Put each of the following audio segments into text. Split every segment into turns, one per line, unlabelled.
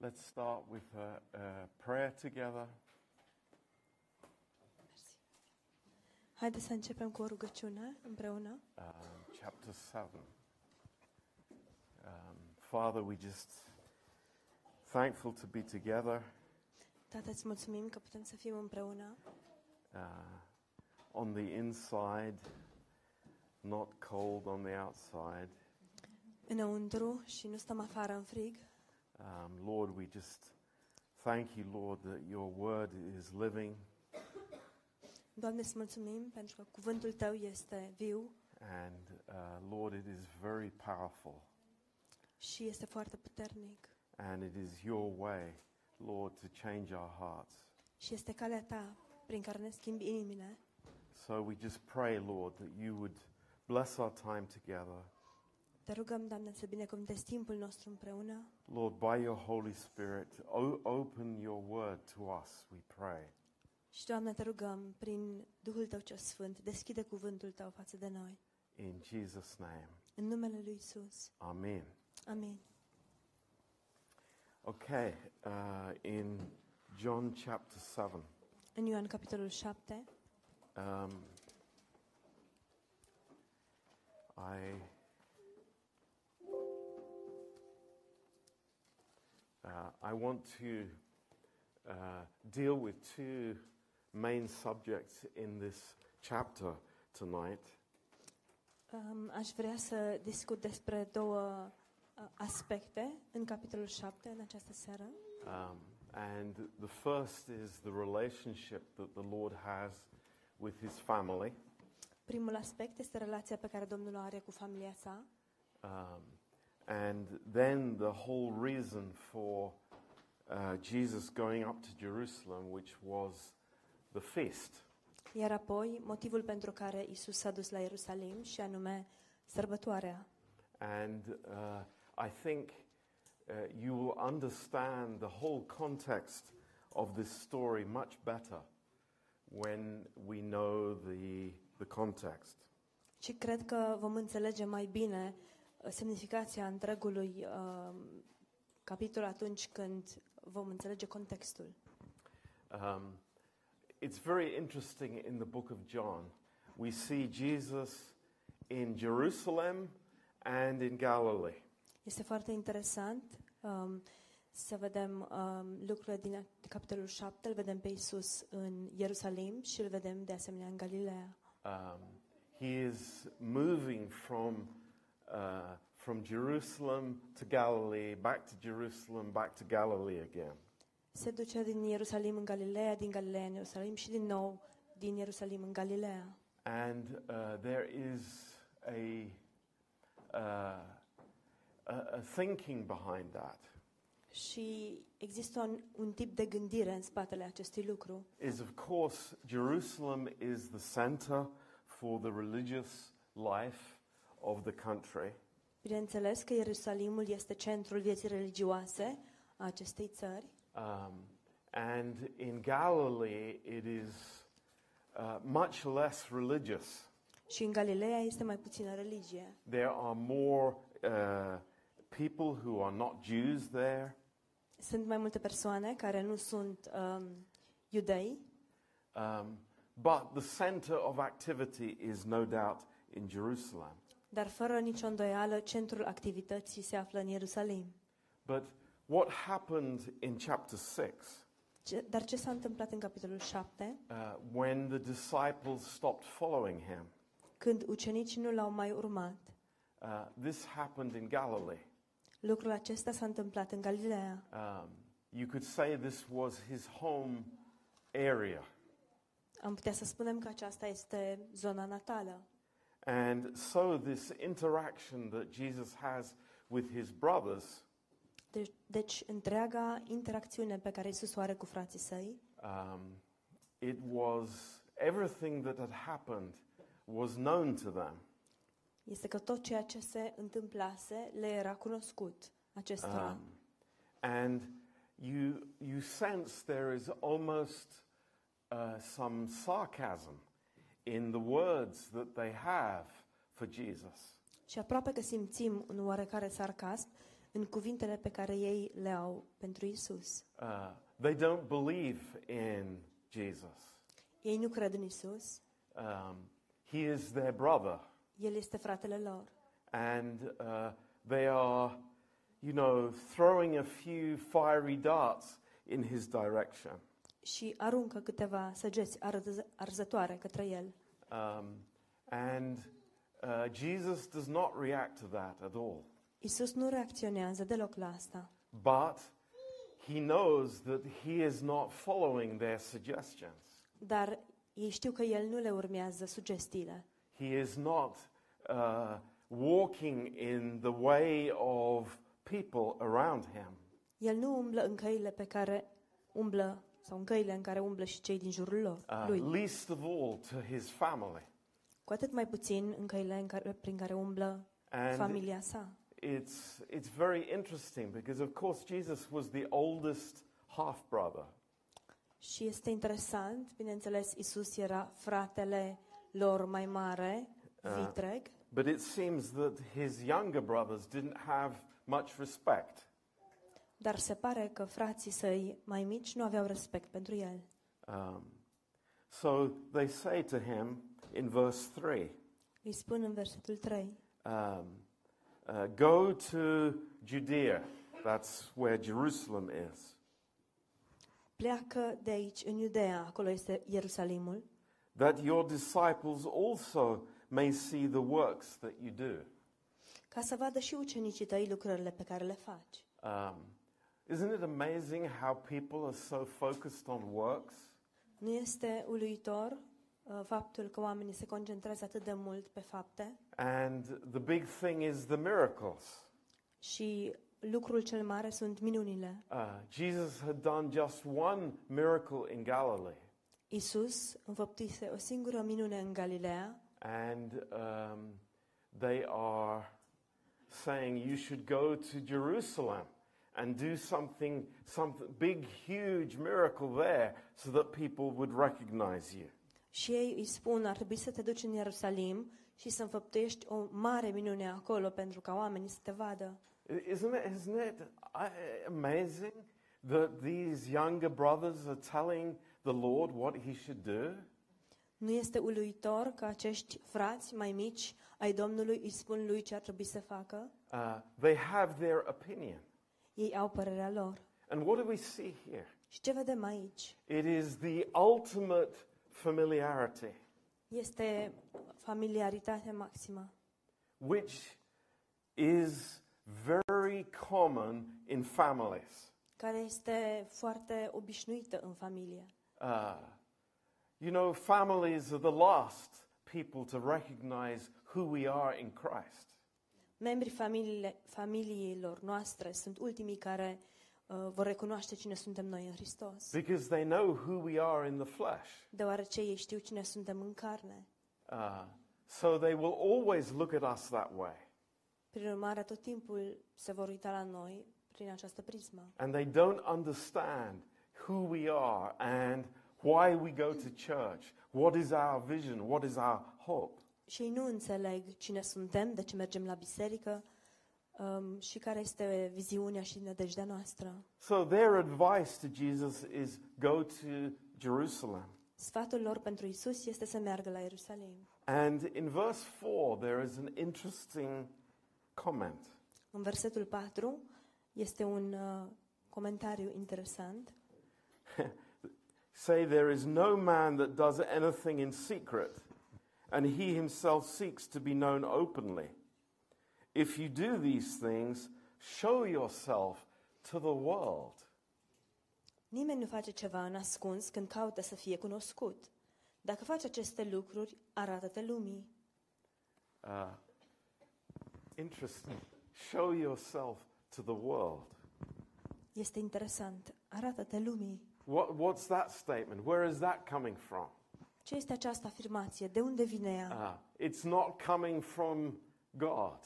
Let's start with a, a prayer together.
Haideți să începem cu o rugăciune împreună.
Um, chapter 7. Um, Father, we just thankful to be together
Tată, îți mulțumim că putem să fim împreună
uh, on the inside, not cold on the outside.
înăuntru și nu stăm afară în frig.
Um, Lord, we just thank you, Lord, that your word is living
Doamne, îți mulțumim pentru că cuvântul Tău este viu
and, uh, Lord, it is very powerful.
și este foarte puternic.
And it is your way, Lord, to change our hearts.
Și este calea Ta prin care ne schimbi inimile.
So we just pray, Lord, that you would bless our time together.
Te rugăm, Doamne, să binecuvântezi timpul nostru împreună.
Lord, by your Holy Spirit, o- open your word to us, we pray.
Și, Doamne, Te rugăm, prin Duhul Tău cel Sfânt, deschide cuvântul Tău față de noi.
In Jesus' name,
În numele Lui Isus.
Amen.
Amin.
Okay, uh, in John chapter 7.
În Ioan, capitolul 7,
Um, I uh, I want to uh, deal with two main subjects in this chapter tonight.
Um, Aș vrea să discut despre două uh, aspecte în capitolul 7 în această seară.
Um, and the first is the relationship that the Lord has with his family.
Primul aspect este relația pe care Domnul o are cu familia sa
Um, and then the whole reason for uh, Jesus going up to Jerusalem, which was the feast.
iar apoi motivul pentru care Isus s-a dus la Ierusalim și anume sărbătoarea.
And uh, I think uh, you will understand the whole context of this story much better when we know the, the context.
Și cred că vom înțelege mai bine uh, semnificația întregului uh, capitol atunci când vom înțelege contextul.
Um, it's very interesting in the book of John. We see Jesus in Jerusalem and in Galilee.
Este foarte interesant um, să vedem um, lucrurile din a- capitolul 7, îl vedem pe Isus în Ierusalim și îl vedem de asemenea în Galileea.
Um, he is moving from, uh, from Jerusalem to Galilee, back to Jerusalem, back to Galilee again.
Se duce din Ierusalim în Galileea, din Galileea în Ierusalim și din nou din Ierusalim în Galileea.
And uh, there is a, uh, a, a thinking behind that.
Și există un, un tip de gândire în spatele acestui lucru.
is, of course, Jerusalem is the center for the religious life of the country.
Bineînțeles că Ierusalimul este centrul vieții religioase a acestei țări,
Um, and in Galilee, it is uh, much less religious.
și în Galileea este mai puțină religie.
There are more uh, people who are not Jews there.
Sunt mai multe persoane care nu sunt um, iudei,
Um, but the center of activity is no doubt in Jerusalem.
dar fără nicio îndoială, centrul activității se află în Ierusalim.
But what happened in chapter 6
Ce, dar ce s-a întâmplat în capitolul 7?
uh, when the disciples stopped following him?
Când ucenicii nu l-au mai urmat.
Uh, this happened in Galilee.
Lucrul acesta s-a întâmplat în Galileea.
Um, you could say this was his home area.
Am putea să spunem că aceasta este zona natală.
And so, this interaction that Jesus has with his brothers
Deci, deci întreaga interacțiune pe care Isus o are cu frații săi,
um, it was everything that had happened was known to them.
este că tot ceea ce se întâmplase le era cunoscut acestora.
Um, and you, you sense there is almost uh, some sarcasm in the words that they have for Jesus.
Și aproape că simțim un oarecare sarcasm în cuvintele pe care ei le au pentru Isus.
Uh, they don't believe in Jesus.
Ei nu cred în Isus,
Um, he is their brother,
El este fratele lor.
and uh, they are, you know, throwing a few fiery darts in his direction.
și aruncă câteva săgeți arăz- arzătoare către el.
Um, and uh, Jesus does not react to that at all.
Isus nu reacționează deloc la asta,
But he knows that he is not following their suggestions.
dar ei știu că el nu le urmează sugestiile.
He is not uh, walking in the way of people around him.
El nu umblă în căile pe care umblă sau în căile în care umblă și cei din jurul lor,
Uh,
lui,
least of all to his family.
cu atât mai puțin în căile în care, prin care umblă
And
familia sa.
it's, it's very interesting because, of course, Jesus was the oldest half brother.
Și este interesant, bineînțeles, Isus era fratele lor mai mare,
Ah.
vitreg,
But it seems that his younger brothers didn't have much respect.
dar se pare că frații săi mai mici nu aveau respect pentru el.
Um, so they say to him in verse 3
Îi spun în versetul 3,
um, uh, Go to Judea. That's where Jerusalem is.
pleacă de aici în Iudea, acolo este Ierusalimul,
That your disciples also may see the works that you do.
ca să vadă și ucenicii tăi lucrările pe care le faci.
Um, isn't it amazing how people are so focused on works?
Nu este uluitor uh, faptul că oamenii se concentrează atât de mult pe fapte
And the big thing is the miracles.
și lucrul cel mare sunt minunile.
Uh, Jesus had done just one miracle in Galilee.
Isus înfăptuise o singură minune în Galileea
and um, they are saying you should go to Jerusalem and do something, something big, huge miracle there, so that people would recognize you.
și ei îi spun ar trebui să te duci în Ierusalim și să înfăptuiești o mare minune acolo pentru ca oamenii să te vadă.
I- Isn't it? Isn't it uh, amazing that these younger brothers are telling the Lord what He should do?
Nu este uluitor că acești frați mai mici ai Domnului îi spun lui ce ar trebui să facă?
Uh, they have their opinion,
Ei au părerea lor.
and what do we see here?
Și ce vedem aici?
It is the ultimate familiarity.
Este familiaritatea maximă,
which is very common in families.
care este foarte obișnuită în familie.
Uh, you know, families are the last people to recognize who we are in Christ.
Membrii familiile, familiilor noastre sunt ultimii care uh, vor recunoaște cine suntem noi în Hristos,
Because they know who we are in the flesh.
deoarece ei știu cine suntem în carne.
Uh, so they will always look at us that way.
Prin urmare, tot timpul se vor uita la noi prin această prismă.
And they don't understand who we are and why we go to church. What is our vision? What is our hope?
Și ei nu înțeleg cine suntem, de ce mergem la biserică um, și care este viziunea și nădejdea noastră.
So their advice to Jesus is go to Jerusalem.
Sfatul lor pentru Isus este să meargă la Ierusalim.
And in verse 4, there is an interesting comment.
În versetul 4 este un uh, comentariu interesant.
Say, there is no man that does anything in secret, and he himself seeks to be known openly. If you do these things, show yourself to the world.
Nimeni nu face ceva în ascuns când caută să fie cunoscut. Dacă faci aceste lucruri, arată-te lumii.
Uh, interesting. Show yourself to the world.
Este interesant. Arată-te lumii.
What, what's that statement? Where is that coming from?
Ce este această afirmație? De unde vine ea?
Uh, it's not coming from God.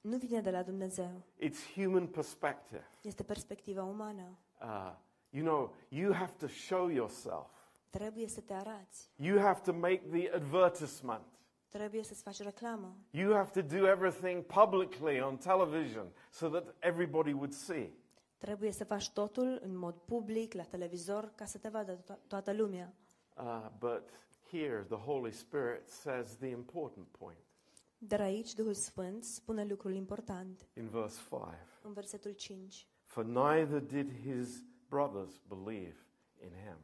Nu vine de la Dumnezeu.
It's human perspective.
Este perspectiva umană.
Uh, you know, you have to show yourself.
Trebuie să te arați.
You have to make the advertisement.
Trebuie să-ți faci reclamă.
You have to do everything publicly on television so that everybody would see.
Trebuie să faci totul în mod public, la televizor, ca să te vadă to- toată lumea.
Uh, but here, the Holy Spirit says the important point
Dar aici Duhul Sfânt spune lucrul important
in verse 5
în versetul 5.
For neither did his brothers believe in him.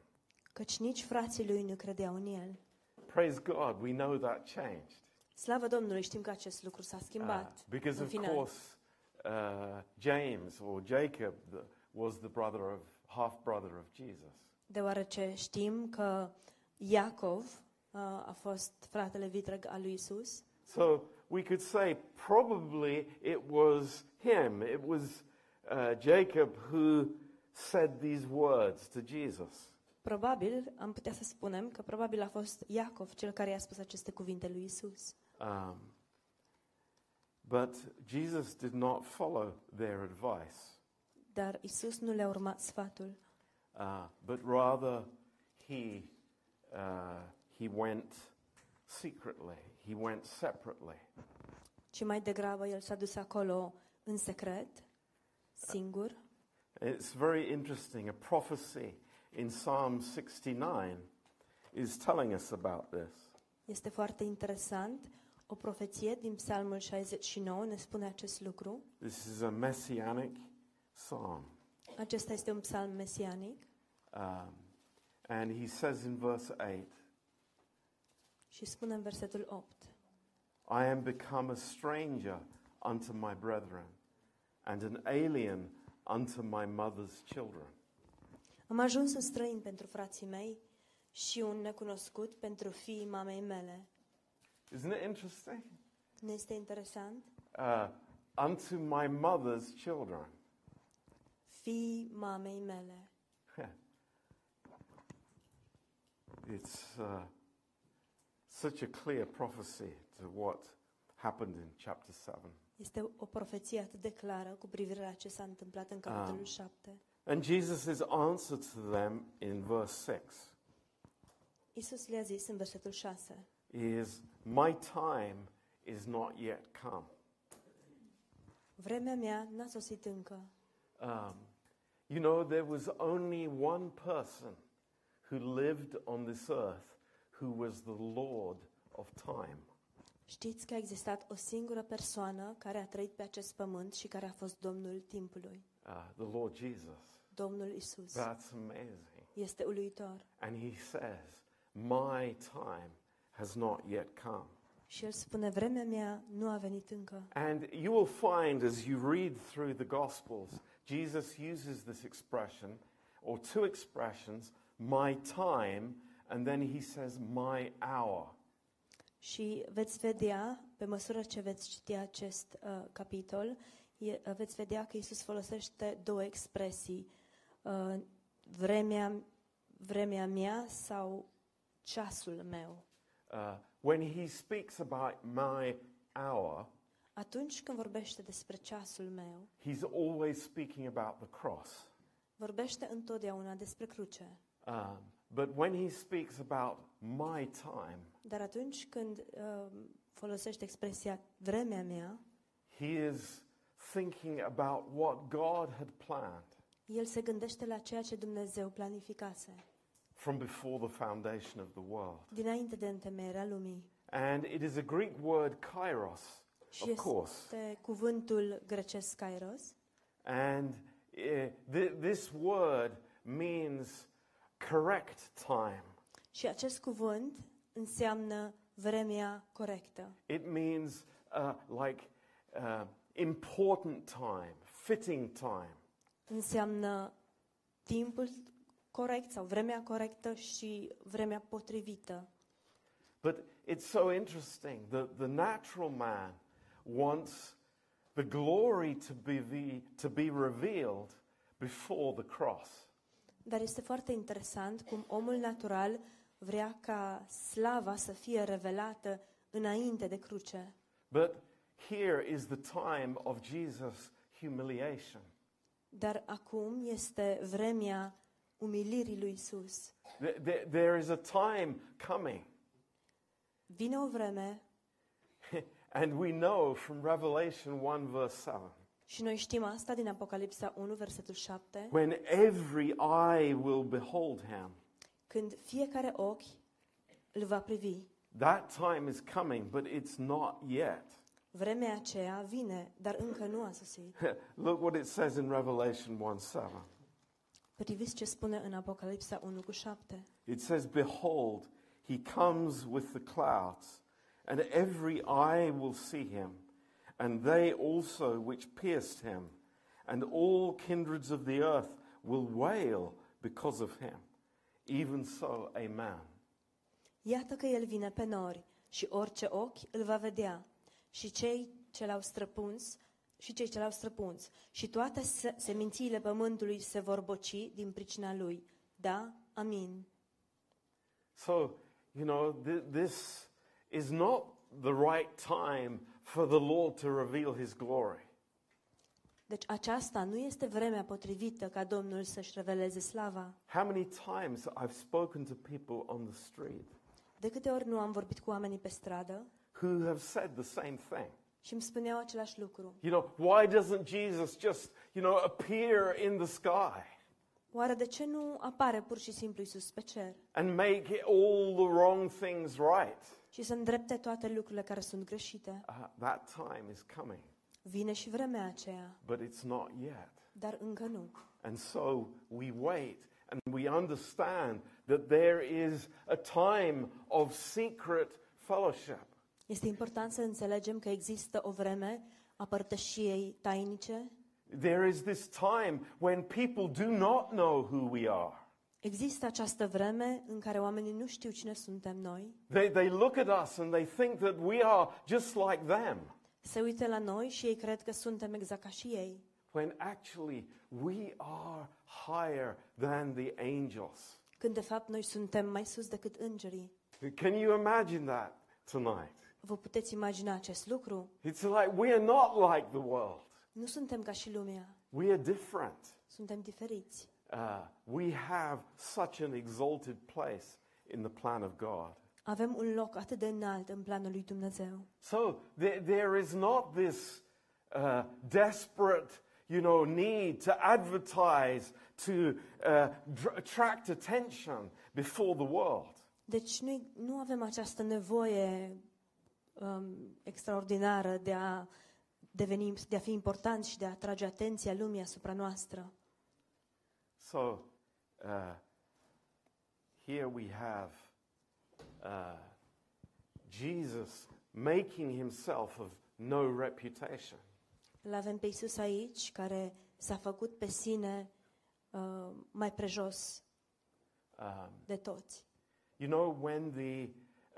Căci nici frații lui nu credeau în el.
Praise God, we know that changed.
Slavă Domnului, știm că acest lucru s-a
Uh,
schimbat.
because,
în
of
final.
course, uh, James or Jacob the, was the brother of half brother of Jesus.
Deoarece știm că Iacov uh, a fost fratele vitreg al lui Isus,
So we could say probably it was him, it was uh, Jacob who said these words to Jesus.
probabil am putea să spunem că probabil a fost Iacov cel care i-a spus aceste cuvinte lui Isus.
Um, but Jesus did not follow their advice,
Dar Isus nu le-a urmat sfatul,
uh, but rather he, uh, he went secretly, he went separately.
ci mai degrabă el s-a dus acolo în secret, singur.
It's very interesting. A prophecy in Psalm 69 is telling us about this.
Este foarte interesant. O profeție din Psalmul 69 ne spune acest lucru.
This is a messianic psalm.
Acesta este un psalm mesianic
Um, and he says in verse 8,
și spune în versetul 8.
I am become a stranger unto my brethren, and an alien unto my mother's children.
Am ajuns un străin pentru frații mei și un necunoscut pentru fiii mamei mele.
Isn't it interesting?
Nu este interesant?
Uh, unto my mother's children.
Fiii mamei mele.
It's uh, such a clear prophecy to what happened in chapter 7.
Este o profeție atât de clară cu privire la ce s-a întâmplat în capitolul
Ah.
7.
And Jesus' answer to them in verse 6
Isus le-a zis în versetul 6.
is, My time is not yet come.
Vremea mea n-a sosit încă.
Um, you know, there was only one person who lived on this earth who was the Lord of time.
Știți că a existat o singură persoană care a trăit pe acest pământ și care a fost Domnul timpului,
Uh, the Lord Jesus.
Domnul Isus.
That's amazing.
Este uluitor.
And he says, My time has not yet come.
Și el spune, vremea mea nu a venit încă.
And you will find as you read through the Gospels, Jesus uses this expression or two expressions, my time, and then he says, my hour.
Și veți vedea, pe măsură ce veți citi acest uh, capitol, e, uh, veți vedea că Isus folosește două expresii, uh, vremea, vremea mea sau ceasul meu.
Uh, when he speaks about my hour,
Atunci când vorbește despre ceasul meu,
he's always speaking about the cross.
vorbește întotdeauna despre cruce.
Um, but when he speaks about my time,
Dar atunci când uh, folosește expresia vremea mea,
he is thinking about what God had planned.
el se gândește la ceea ce Dumnezeu planificase
from before the foundation of the world.
dinainte de întemeierea lumii.
And it is a Greek word, kairos,
Și
of course.
este cuvântul grecesc kairos
And eh, th- this word means correct time,
și acest cuvânt înseamnă vremea corectă.
it means uh, like uh, important time, fitting time.
Înseamnă timpul corect sau vremea corectă și vremea potrivită.
But it's so interesting that the natural man wants the glory to be, the, to be revealed before the cross.
Dar este foarte interesant cum omul natural vrea ca slava să fie revelată înainte de cruce.
But here is the time of Jesus' humiliation.
Dar acum este vremea umilirii lui Isus.
Th- th- There is a time coming
Vine o vreme
And we know from Revelation 1, verse 7,
Și noi știm asta din Apocalipsa 1, versetul 7,
when every eye will behold him.
când fiecare ochi îl va privi.
That time is coming, but it's not yet.
Vremea aceea vine, dar încă nu a sosit.
Look what it says in Revelation 1 7.
Priviți ce spune în Apocalipsa 1 cu 7.
It says, Behold, he comes with the clouds, and every eye will see him, and they also which pierced him, and all kindreds of the earth will wail because of him. Even so, Amen.
Iată că el vine pe nori și orice ochi îl va vedea și cei ce l-au străpuns și cei ce l-au străpuns și toate se- semințiile pământului se vor boci din pricina lui. Da, amin.
So, you know, th- this is not the right time for the Lord to reveal his glory.
Deci aceasta nu este vremea potrivită ca Domnul să-și reveleze slava.
How many times I've spoken to people on the street
De câte ori nu am vorbit cu oamenii pe stradă
who have said the same thing.
și îmi spuneau același lucru.
You know, why doesn't Jesus just, you know, appear in the sky
Oare de ce nu apare pur și simplu Isus pe cer
and make all the wrong things right?
și să îndrepte toate lucrurile care sunt greșite?
Uh, that time is coming,
Vine și vremea aceea.
but it's not yet.
dar încă nu.
And so we wait and we understand that there is a time of secret fellowship.
Este important să înțelegem că există o vreme a părtășiei tainice.
There is this time when people do not know who we are.
Există această vreme în care oamenii nu știu cine suntem noi,
They, they look at us and they think that we are just like them,
se uită la noi și ei cred că suntem exact ca și ei,
when actually we are higher than the angels.
când de fapt noi suntem mai sus decât îngerii.
Can you imagine that tonight?
Vă puteți imagina acest lucru?
It's like we are not like the world,
Nu suntem ca și lumea,
we are different.
suntem diferiți.
Uh, we have such an exalted place in the plan of God.
Avem un loc atât de înalt în planul lui Dumnezeu.
So there, there is not this uh, desperate, you know, need to advertise to uh, dr- attract attention before the world.
Deci noi nu avem această nevoie um, extraordinară de a deveni, de a fi important și de a atrage atenția lumii asupra noastră.
So uh, here we have uh, Jesus making himself of no reputation.
Îl avem pe Isus aici, care s-a făcut pe sine uh, mai prejos
Um,
de toți.
You know, when the,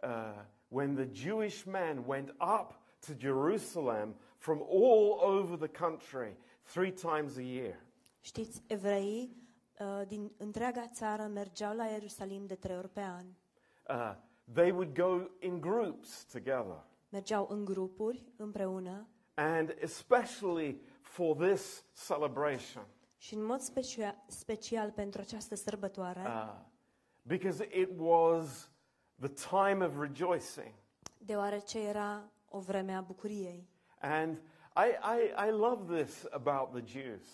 uh, when the Jewish men went up to Jerusalem from all over the country three times a year,
Știți, evreii uh, din întreaga țară mergeau la Ierusalim de trei ori pe an.
uh, they would go in groups together.
Mergeau în grupuri, împreună,
And especially for this celebration,
și în mod specia- special pentru această sărbătoare,
uh, because it was the time of rejoicing.
deoarece era o vreme a bucuriei.
And I, I, I love this about the Jews.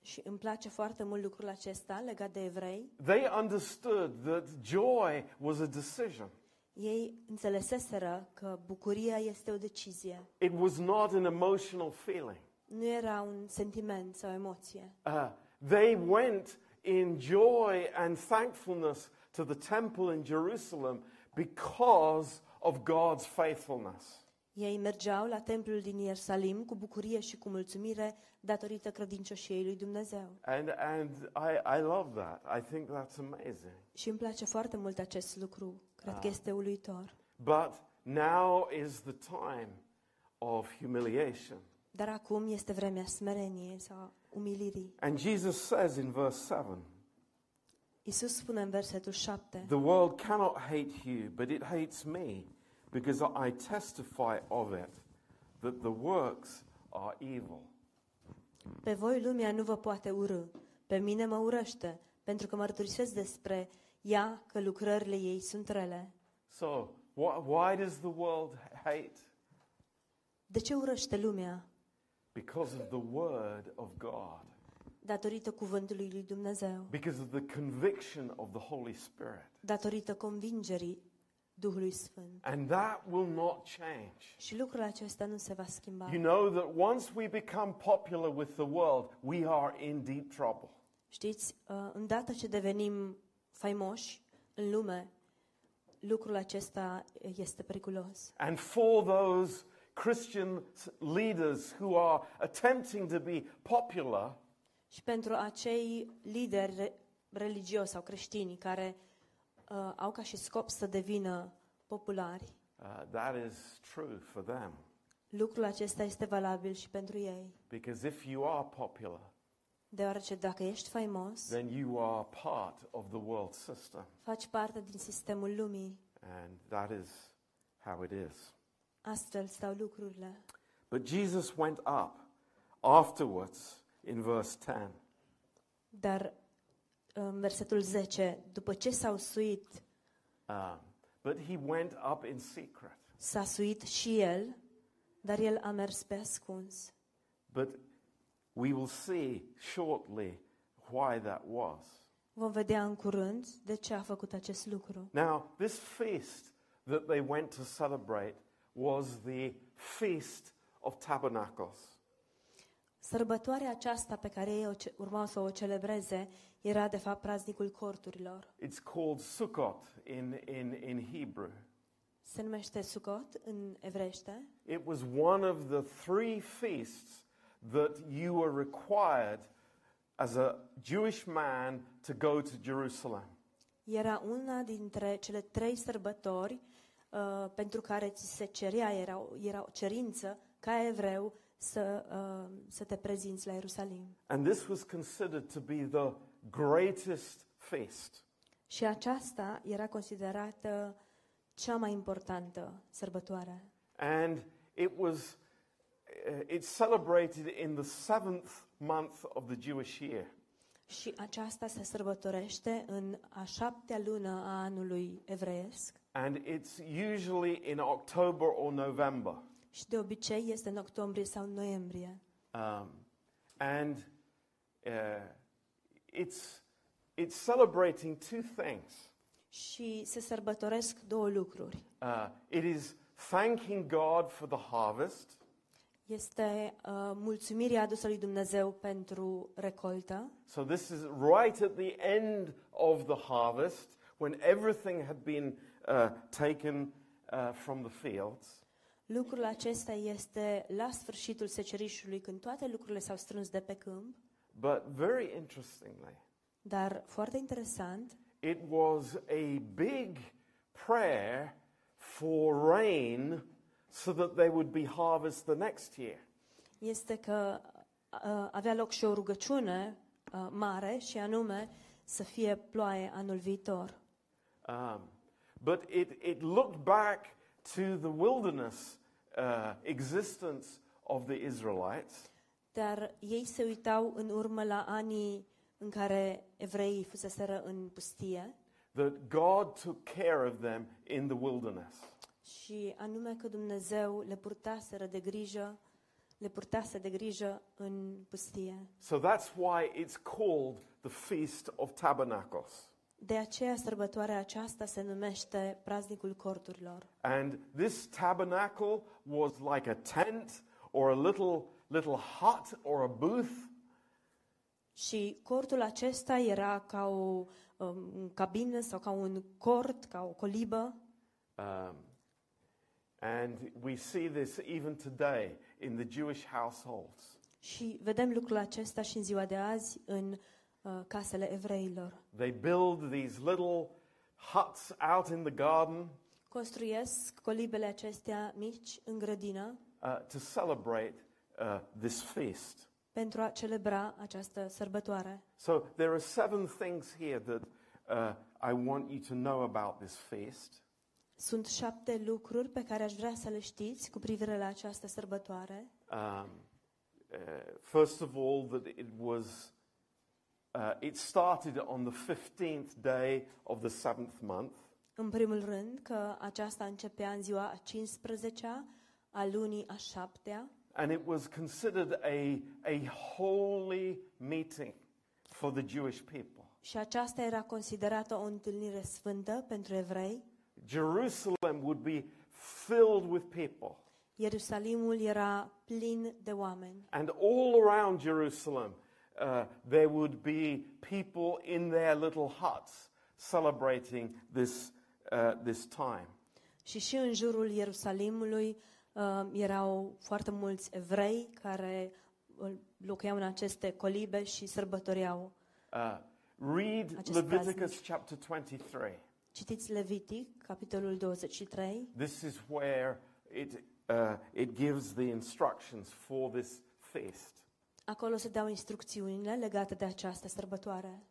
Și îmi place foarte mult lucrul acesta legat de evrei.
They understood that joy was a decision.
Ei înțeleseseră că bucuria este o decizie,
It was not an emotional feeling.
nu era un sentiment sau emoție.
Uh, they went in joy and thankfulness to the temple in Jerusalem because of God's faithfulness.
Ei mergeau la templul din Ierusalim cu bucurie și cu mulțumire datorită credincioșiei lui Dumnezeu.
And, and I, I love that. I think that's amazing.
Și îmi place foarte mult acest lucru. Cred că este uluitor.
But now is the time of humiliation.
Dar acum este vremea smereniei sau umilirii.
And Jesus says in verse 7
Isus spune în versetul 7,
The world cannot hate you, but it hates me because I testify of it that the works are evil.
Pe voi lumea nu vă poate urâ. Pe mine mă urăște, pentru că mărturisesc despre ea că lucrările ei sunt rele.
So, wh- why does the world hate?
De ce urăște lumea?
Because of the Word of God,
Datorită cuvântului lui Dumnezeu,
because of the conviction of the Holy Spirit.
datorită convingerii Duhului Sfânt.
And that will not change.
Și lucrul acesta nu se va schimba.
You know that once we become popular with the world, we are in deep trouble.
Știți, uh, îndată ce devenim faimoși în lume, lucrul acesta este periculos.
And for those Christian s- leaders who are attempting to be popular,
Și pentru acei lideri re- religioși sau creștini care uh, au ca și scop să devină populari,
uh, that is true for them.
lucrul acesta este valabil și pentru ei.
Because if you are popular,
Deoarece dacă ești faimos,
then you are part of the world system.
faci parte din sistemul lumii.
And that is how it is.
Astfel stau lucrurile.
But Jesus went up afterwards in verse 10.
Dar în versetul 10, după ce s-au suit,
Um, but he went up in secret.
s-a suit și el, dar el a mers pe ascuns.
But we will see shortly why that was.
Vom vedea în curând de ce a făcut acest lucru.
Now, this feast that they went to celebrate was the Feast of Tabernacles.
Sărbătoarea aceasta pe care ei o ce- urmau să o celebreze era de fapt praznicul corturilor.
It's called Sukkot in, in, in Hebrew.
Se numește Sukkot în evrește
It was one of the three feasts that you were required as a Jewish man to go to Jerusalem.
Era una dintre cele trei sărbători uh, pentru care ți se cerea, era, o- era o cerință ca evreu să, uh, să te prezinți la Ierusalim.
And this was considered to be the greatest feast.
Și aceasta era considerată cea mai importantă sărbătoare.
And it was uh, it's celebrated in the seventh month of the Jewish year.
Și aceasta se sărbătorește în a șaptea lună a anului evreiesc
And it's usually in October or November.
și de obicei este în octombrie sau în noiembrie.
Um, and uh, it's, it's celebrating two things
Și se sărbătoresc două lucruri.
uh, it is thanking God for the harvest,
Este uh, mulțumirea adusă lui Dumnezeu pentru recoltă.
So this is right at the end of the harvest when everything had been uh, taken uh, from the fields.
Lucrul acesta este la sfârșitul secerișului, când toate lucrurile s-au strâns de pe câmp.
But very interestingly,
Dar, foarte interesant,
it was a big prayer for rain so that there would be harvest the next year.
este că uh, avea loc și o rugăciune uh, mare, și anume să fie ploaie anul viitor.
Um, but it, it looked back to the wilderness uh, existence of the Israelites.
Dar ei se uitau în urmă la anii în care evreii fuseseră în pustie
that God took care of them in the wilderness.
și anume că Dumnezeu le purtaseră de grijă, le purtase de grijă în pustie.
So that's why it's called the Feast of Tabernacles.
De aceea sărbătoarea aceasta se numește praznicul corturilor.
And this tabernacle was like a tent or a little, little hut or a booth.
Și cortul acesta era ca o um, cabină sau ca un cort, ca o colibă.
Um, and we see this even today in the Jewish households.
Și vedem lucrul acesta și în ziua de azi în uh, casele evreilor.
They build these little huts out in the garden
Construiesc colibele acestea mici în grădină
uh, to celebrate uh, this feast.
pentru a celebra această sărbătoare.
So there are seven things here that uh, I want you to know about this feast.
Sunt șapte lucruri pe care aș vrea să le știți cu privire la această sărbătoare.
Um, uh, first of all, that it was uh, it started on the fifteenth day of the seventh month,
În primul rând că aceasta începea în ziua a 15-a a lunii a șaptea
And it was considered a, a holy meeting for the Jewish people.
și aceasta era considerată o întâlnire sfântă pentru evrei.
Jerusalem would be filled with people.
Ierusalimul era plin de oameni
And all around Jerusalem, uh, there would be people in their little huts celebrating this, uh, this time.
și și în jurul Ierusalimului uh, erau foarte mulți evrei care uh, locuiau în aceste colibe și sărbătoreau.
Uh, read
Acest
Leviticus chapter 23.
Citiți Levitic, capitolul 23.
This is where it, uh, it gives the instructions for this feast.
Acolo se dau instrucțiunile legate de această sărbătoare.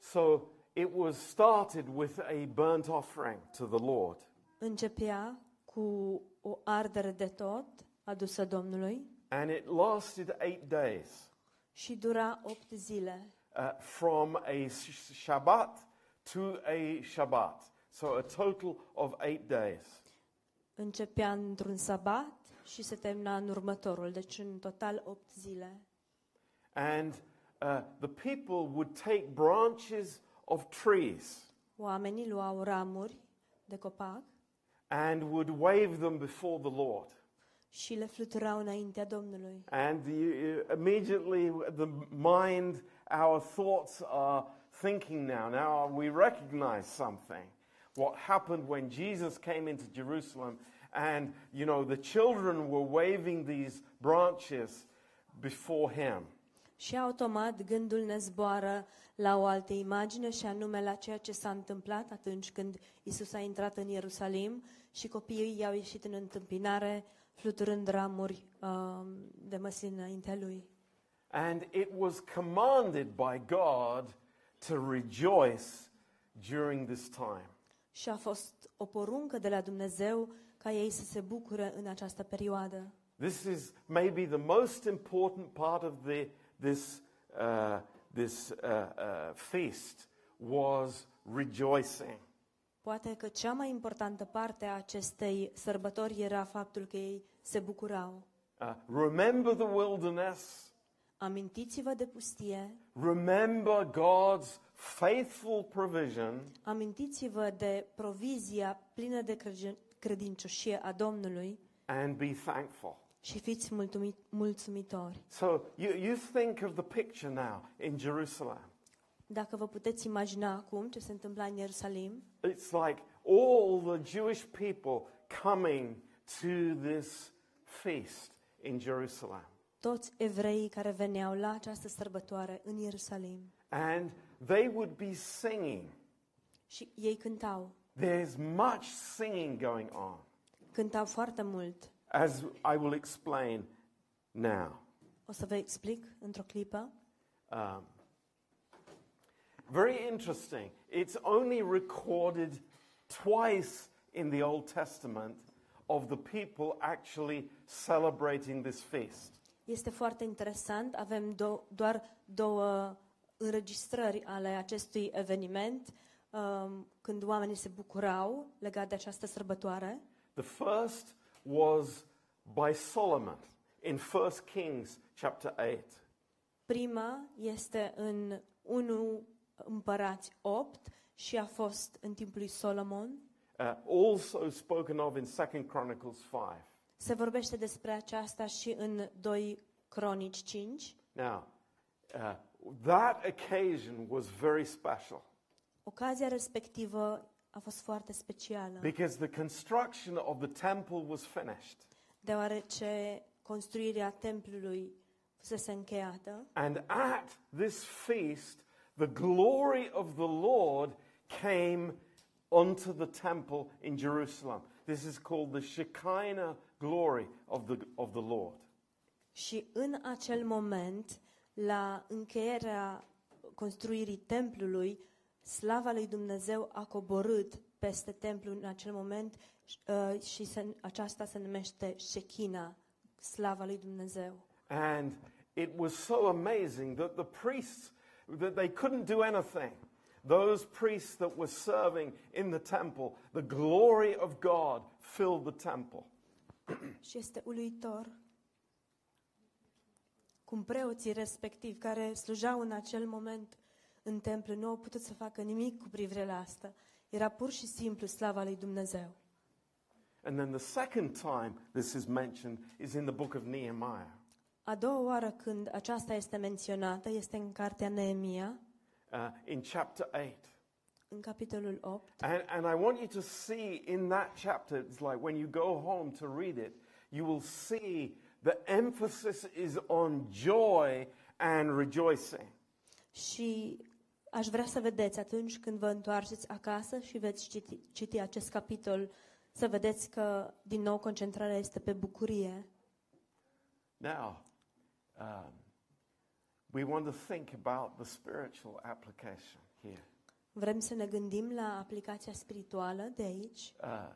So it was started with a burnt offering to the Lord.
Începea cu o ardere de tot adusă Domnului
And it lasted eight days
și dura opt zile,
uh, from a sh- Shabbat to a Shabbat. So a total of eight days.
Începea într-un sabat și se termina în următorul, deci în total 8 zile.
And uh, the people would take branches of trees
Oamenii luau ramuri de copac
and would wave them before the Lord.
și le fluturau înaintea Domnului.
And you, you- immediately the mind, our thoughts are thinking now. Now we recognize something. What happened when Jesus came into Jerusalem and, you know, the children were waving these branches before him.
Și automat gândul ne zboară la o altă imagine și anume la ceea ce s-a întâmplat atunci când Isus a intrat în Ierusalim și copiii i-au ieșit în întâmpinare fluturând ramuri um, de măsline înaintea lui.
And it was commanded by God to rejoice during this time.
Și a fost o poruncă de la Dumnezeu ca ei să se bucure în această perioadă.
This is maybe the most important part of the, this, uh, this uh, uh, feast was rejoicing.
Poate că cea mai importantă parte a acestei sărbători era faptul că ei se bucurau.
Uh, remember the wilderness.
Amintiți-vă de pustie,
Remember God's faithful provision.
amintiți-vă de provizia plină de crege- credincioșie a Domnului
And be thankful.
și fiți mulțumit, mulțumitori.
So you, you think of the picture now in Jerusalem.
Dacă vă puteți imagina acum ce se întâmpla în Ierusalim,
It's like all the Jewish people coming to this feast in Jerusalem.
toți evreii care veneau la această sărbătoare în Ierusalim
And they would be singing.
și ei cântau,
There's much singing going on,
cântau foarte mult.
as I will explain now.
O să vă explic într-o clipă.
Um, very interesting. It's only recorded twice in the Old Testament of the people actually celebrating this feast.
Este foarte interesant, avem do- doar două înregistrări ale acestui eveniment um, când oamenii se bucurau legat de această sărbătoare.
The first was by Solomon in 1 Kings chapter 8.
Prima este în 1 Împărați 8 și a fost în timpul lui Solomon.
Uh, also spoken of in 2 Chronicles 5.
Se vorbește despre aceasta și în 2 Cronici 5.
Now, uh, that occasion was very special
Ocazia respectivă a fost foarte specială,
because the construction of the temple was finished
deoarece construirea templului fusese încheiată.
and at this feast the glory of the Lord came onto the temple in Jerusalem. This is called the Shekinah glory of the, of the Lord.
Și în acel moment, la încheierea construirii templului, slava lui Dumnezeu a coborât peste templu în acel moment și, uh, și se, aceasta se numește Shechina, slava lui Dumnezeu.
And it was so amazing that the priests that they couldn't do anything. Those priests that were serving in the temple, the glory of God filled the temple.
Și este uluitor cum preoții respectivi care slujau în acel moment în templu nu au putut să facă nimic cu privire la asta. Era pur și simplu slava lui Dumnezeu.
And then the second time this is mentioned is in the book of Nehemiah.
A doua oară când aceasta este menționată este în cartea Neemia,
uh, in chapter 8.
în capitolul 8.
And, and I want you to see in that chapter, it's like when you go home to read it, you will see the emphasis is on joy and rejoicing.
Și aș vrea să vedeți atunci când vă întoarceți acasă și veți citi, citi acest capitol, să vedeți că din nou concentrarea este pe bucurie.
Now, um, we want to think about the spiritual application here.
Vrem să ne gândim la aplicația spirituală de aici.
Uh,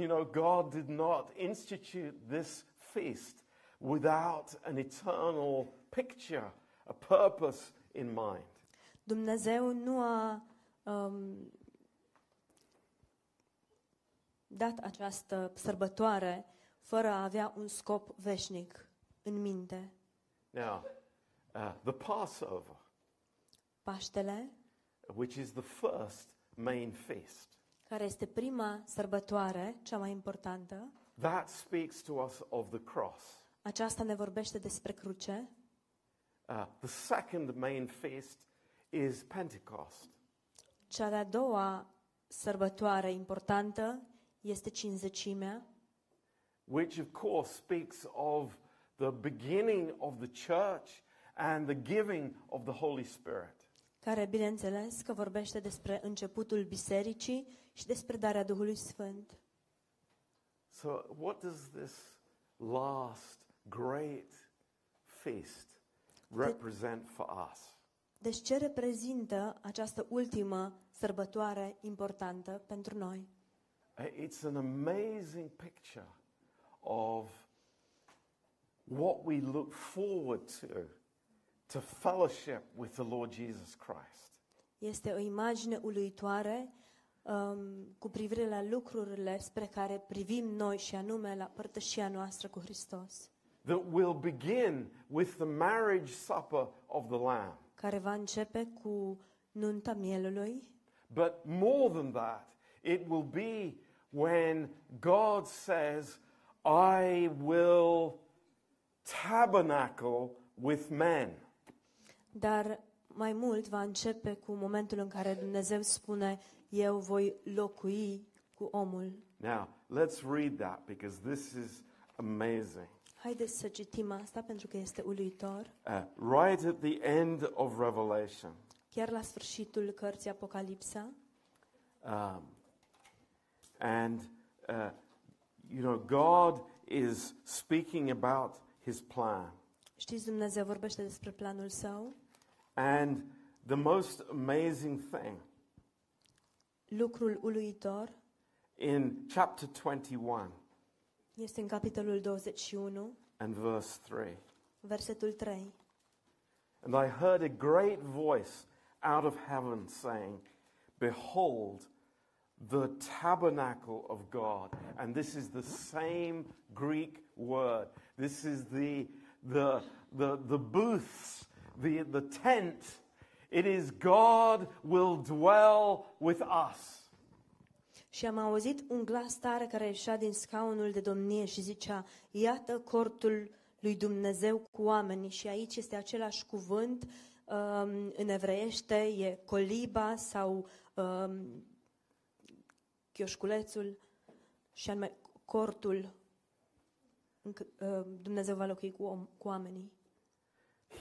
you know, God did not institute this feast without an eternal picture, a purpose in mind.
Dumnezeu nu a um, dat această sărbătoare fără a avea un scop veșnic în minte.
Now, uh, the Passover,
Paștele,
which is the first main feast,
care este prima sărbătoare, cea mai importantă,
that speaks to us of the cross.
aceasta ne vorbește despre cruce.
Uh, the second main feast is Pentecost.
Cea de-a doua sărbătoare importantă este cinzecimea,
which of course speaks of the beginning of the church and the giving of the Holy Spirit.
care, bineînțeles, că vorbește despre începutul bisericii și despre darea Duhului Sfânt.
So, what does this last great feast represent for us?
Deci ce reprezintă această ultimă sărbătoare importantă pentru noi?
Uh, It's an amazing picture of what we look forward to, to fellowship with the Lord Jesus Christ.
Este o imagine uluitoare um, cu privire la lucrurile spre care privim noi și anume la părtășia noastră cu Hristos,
That will begin with the marriage supper of the Lamb.
care va începe cu nunta mielului,
But more than that, it will be when God says, I will tabernacle with men.
dar mai mult va începe cu momentul în care Dumnezeu spune eu voi locui cu omul.
Now, let's read that because this is amazing.
Haideți să citim asta pentru că este uluitor.
Uh, right at the end of Revelation,
Chiar la sfârșitul cărții Apocalipsa,
um, and, uh, you know, God is speaking about his plan.
Știți, Dumnezeu vorbește despre planul său.
And the most amazing thing
Lucrul uluitor
in chapter 21
este în capitolul 21,
and verse 3.
versetul 3.
And I heard a great voice out of heaven saying, Behold, the tabernacle of God. And this is the same Greek word. This is the, the, the, the booths, the, the tent. It is God will dwell with us.
Și am auzit un glas tare care ieșea din scaunul de domnie și zicea, iată cortul lui Dumnezeu cu oamenii. Și aici este același cuvânt um, în evreiește, e coliba sau um, chioșculețul și anume cortul. în c- uh, Dumnezeu va locui cu, om, cu oamenii.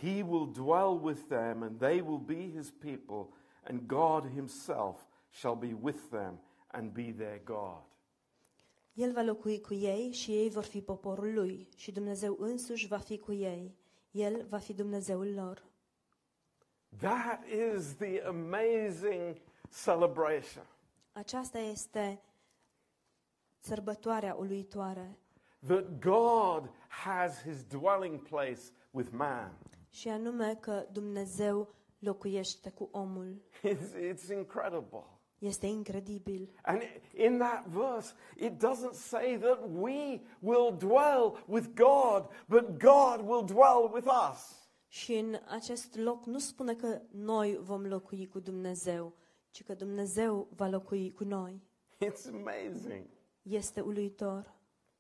He will dwell with them, and they will be his people, and God himself shall be with them and be their God.
El va locui cu ei și ei vor fi poporul lui și Dumnezeu însuși va fi cu ei. El va fi Dumnezeul lor.
That is the amazing celebration.
Aceasta este sărbătoarea uluitoare
That God has his dwelling place with man.
și anume că Dumnezeu locuiește cu omul.
It's, it's incredible.
Este incredibil.
And in that verse, it doesn't say that we will dwell with God, but God will dwell with us.
Și în acest loc nu spune că noi vom locui cu Dumnezeu, ci că Dumnezeu va locui cu noi.
It's amazing.
Este uluitor.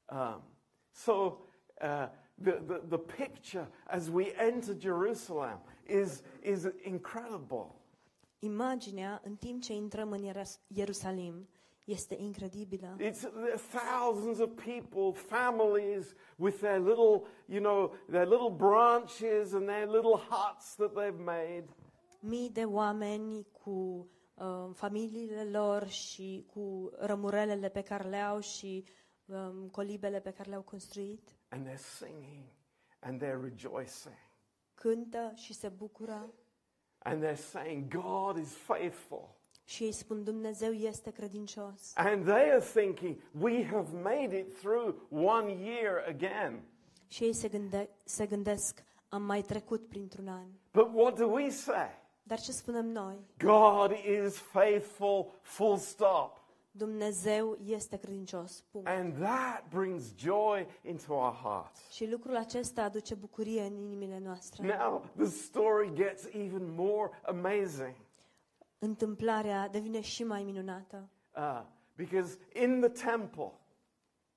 Um, so, uh, the, the, the picture as we enter Jerusalem is, is incredible.
Imaginea, în timp ce intrăm în Ieras- Ierusalim, este incredibilă.
It's there are thousands of people, families with their little, you know, their little branches and their little huts that they've made.
Mii de oameni cu uh, familiile lor și cu rămurelele pe care le au și um, colibele pe care le-au construit,
And they're singing and they're rejoicing.
cântă și se bucură
And they're saying, God is faithful.
și ei spun Dumnezeu este credincios.
And they are thinking, we have made it through one year again.
Și ei se, gânde- se gândesc, am mai trecut printr-un an.
But what do we say?
Dar ce spunem noi?
God is faithful, full stop.
Dumnezeu este credincios. Punct.
And that brings joy into our hearts.
Și lucrul acesta aduce bucurie în inimile noastre.
Now the story gets even more amazing
Întâmplarea devine și mai minunată,
uh, because in the temple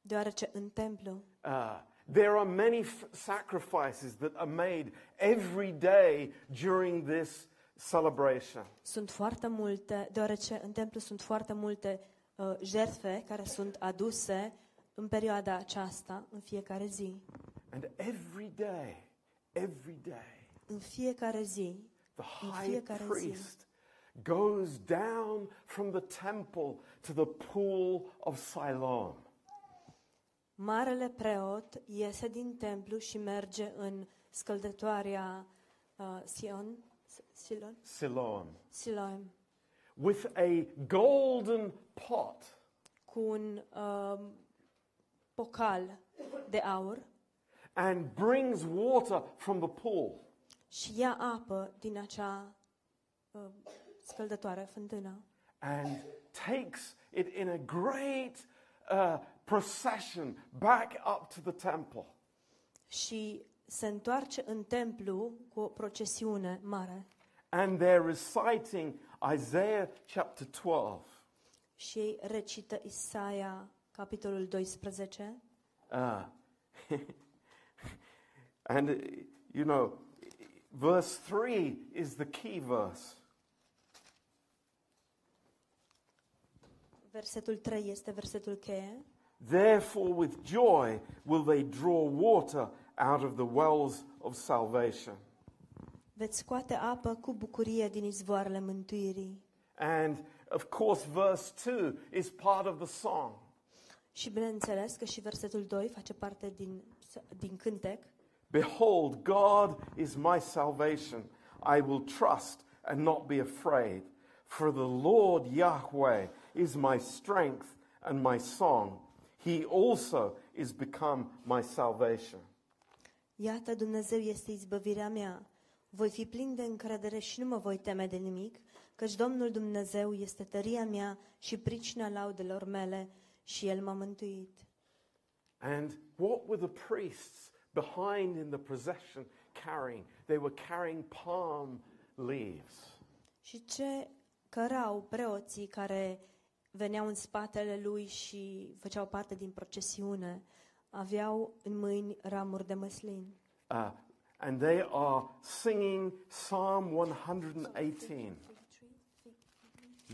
deoarece în templu
uh, there are many f- sacrifices that are made every day during this celebration.
sunt foarte multe, deoarece în templu sunt foarte multe uh, jertfe care sunt aduse în perioada aceasta, în fiecare zi.
And every day, every day,
În fiecare zi,
the
În
high
fiecare zi.
priest goes down from the temple to the pool of Siloam.
marele preot iese din templu și merge în scăldătoarea uh, Sion, S- Silon,
Siloam.
Siloam,
With a golden pot
cu un uh, pocal de aur
and brings water from the pool.
și ia apă din acea uh, scăldătoare, fântână,
and takes it in a great uh, procession back up to the temple.
și se întoarce în templu cu o procesiune mare
And they're reciting Isaiah chapter 12.
și ei recită Isaia, capitolul 12,
Uh, and, uh, you know, verse 3 is the key verse.
versetul 3 este versetul cheie.
Therefore, with joy will they draw water out of the wells of salvation.
Veți scoate apă cu bucurie din izvoarele mântuirii.
And, of course, verse 2 is part of the song.
Și bineînțeles că și versetul 2 face parte din, din cântec.
Behold, God is my salvation. I will trust and not be afraid. For the Lord Yahweh is my strength and my song. He also is become my salvation.
Iată, Dumnezeu este izbăvirea mea. Voi fi plin de încredere și nu mă voi teme de nimic, căci Domnul Dumnezeu este tăria mea și pricina laudelor mele și El m-a mântuit.
And what were the priests behind in the procession carrying? They were carrying palm leaves.
Și ce cărau preoții care veneau în spatele lui și făceau parte din procesiune, aveau în mâini ramuri de măslin.
Uh, and they are singing Psalm 118.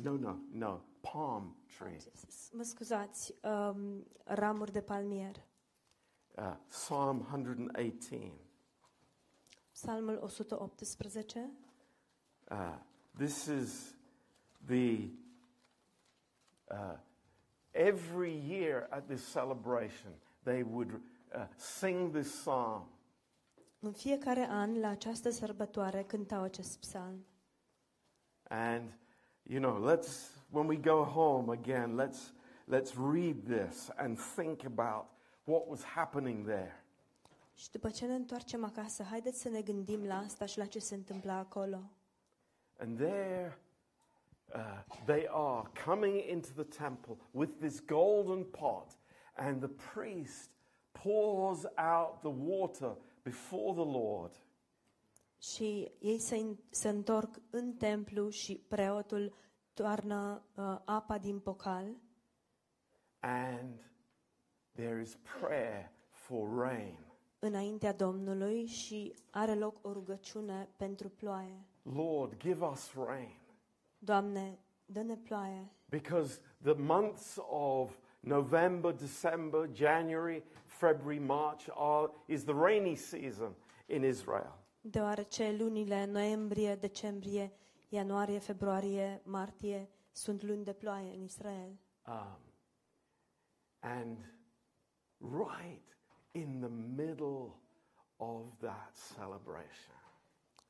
No, no, no. Palm tree.
Mă scuzați, um, ramuri de palmier.
Uh, Psalm 118.
Psalmul 118.
Uh, this is the. Uh, every year at this celebration, they would uh, sing this psalm.
În fiecare an, la această sărbătoare, cântau acest psalm.
And, you know, let's, when we go home again, let's, let's read this and think about what was happening there.
Și după ce ne întoarcem acasă, haideți să ne gândim la asta și la ce se întâmpla acolo.
And there, uh, They are coming into the temple with this golden pot, and the priest pours out the water before the Lord.
Și ei se, în- se întorc în templu și preotul toarnă uh, apa din pocal
and there is prayer for rain.
înaintea Domnului și are loc o rugăciune pentru ploaie.
Lord, give us rain.
Doamne, dă-ne ploaie,
Because the months of November, December, January, February, March are, is the rainy season in Israel.
deoarece lunile noiembrie, decembrie, ianuarie, februarie, martie sunt luni de ploaie în Israel.
Um, and right in the middle of that celebration,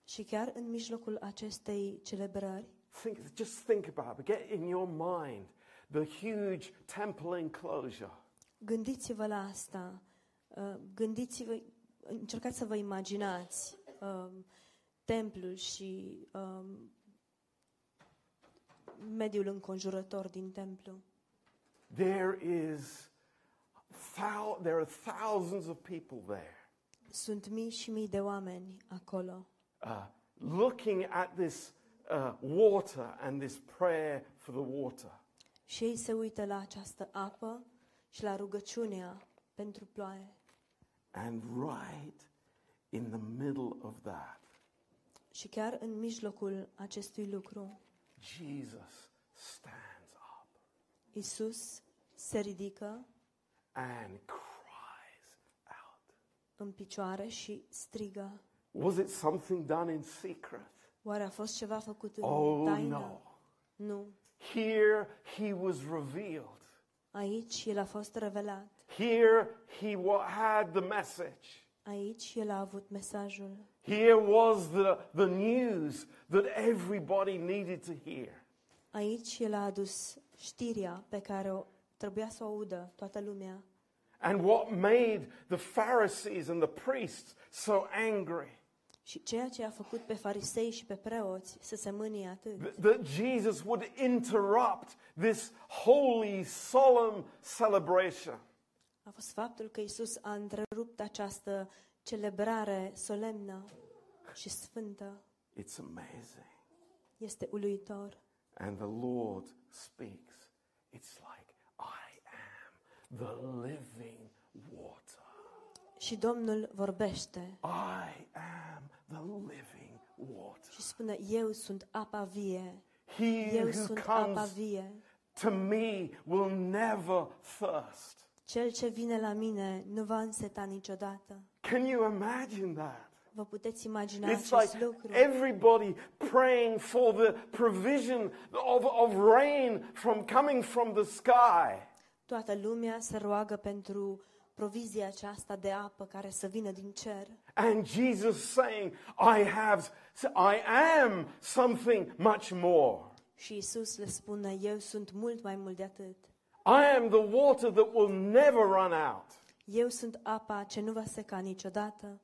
Și chiar în mijlocul acestei celebrări,
think, just think about it. Get in your mind the huge temple enclosure.
Gândiți-vă la asta. Uh, Gândiți-vă, încercați să vă imaginați um, templul și um, mediul înconjurător din templu.
There is thou- there are thousands of people there
Sunt mii și mii de oameni acolo,
uh, looking at this uh, water and this prayer for the water.
și ei se uită la această apă și la rugăciunea pentru ploaie.
And right in the middle of that,
Și chiar în mijlocul acestui lucru,
Jesus stands up
Isus se ridică
and cries out.
în picioare și strigă.
Was it something done in secret?
Oare a fost ceva făcut în
Oh
taină?
no.
Nu.
Here he was revealed.
Aici el a fost revelat.
Here he wa- had the message.
Aici el a avut mesajul.
Here was the, the news that everybody needed to hear.
Aici el a adus știrea pe care o trebuia să o audă toată lumea.
And what made the Pharisees and the priests so angry
Și ceea ce a făcut pe farisei și pe preoți să se mânie atât,
Th- that Jesus would interrupt this holy, solemn celebration.
a fost faptul că Isus a întrerupt această celebrare solemnă și sfântă.
It's amazing.
Este uluitor.
And the Lord speaks. It's like, I am the living water.
Și Domnul vorbește
I am the living water.
și spune, eu sunt apa vie,
He
eu
who
sunt apa
comes
vie.
to me will never thirst.
Cel ce vine la mine nu va înseta niciodată.
Can you imagine that?
Vă puteți imagina
It's
acest
like
lucru?
everybody praying for the provision of, of rain from coming from the sky.
Toată lumea se roagă pentru provizia aceasta de apă care să vină din cer.
And Jesus saying, I have I am something much more.
Și Isus le spune, eu sunt mult mai mult de atât.
I am the water that will never run out.
Eu sunt apa ce nu va seca niciodată.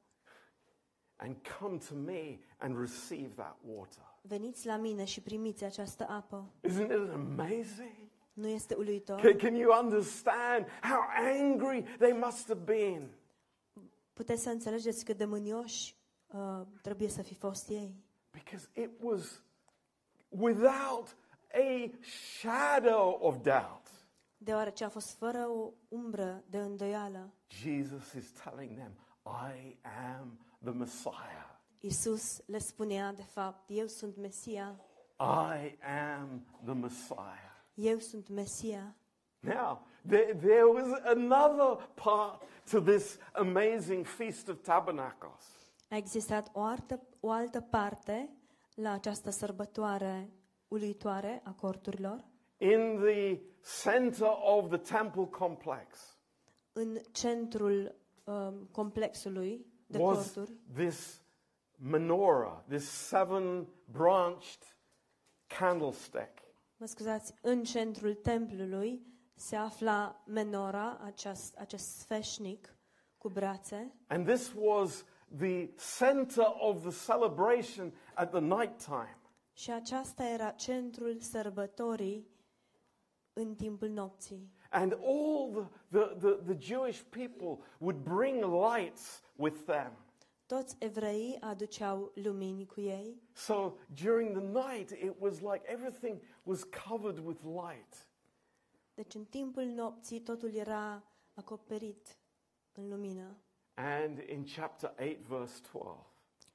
And come to me and receive that water.
Veniți la mine și primiți această apă.
Isn't it amazing?
Nu este uluitor?
Can, can you understand how angry they must have been?
Puteți să înțelegeți cât de mânioși uh, trebuie să fi fost ei.
Because it was without a shadow of doubt.
Deoarece a fost fără o umbră de îndoială.
Jesus is telling them, I am the Messiah.
Isus le spunea, de fapt, eu sunt Mesia,
I am the Messiah.
eu sunt Mesia.
Now, there, there was another part to this amazing Feast of Tabernacles.
A existat o altă, o altă parte la această sărbătoare uluitoare a corturilor,
In the center of the temple complex
în centrul um, complexului de
was
corturi
this menorah, this seven branched candlestick.
mă scuzați, în centrul templului se afla menora, aceast, acest sfeșnic cu brațe
And this was the center of the celebration at the night time.
Și aceasta era centrul sărbătorii în timpul nopții.
And all the, the, the, the Jewish people would bring lights with them.
Toți evreii aduceau lumini cu ei,
So during the night, it was like everything was covered with light.
deci în timpul nopții totul era acoperit în lumină.
And in chapter 8, verse 12,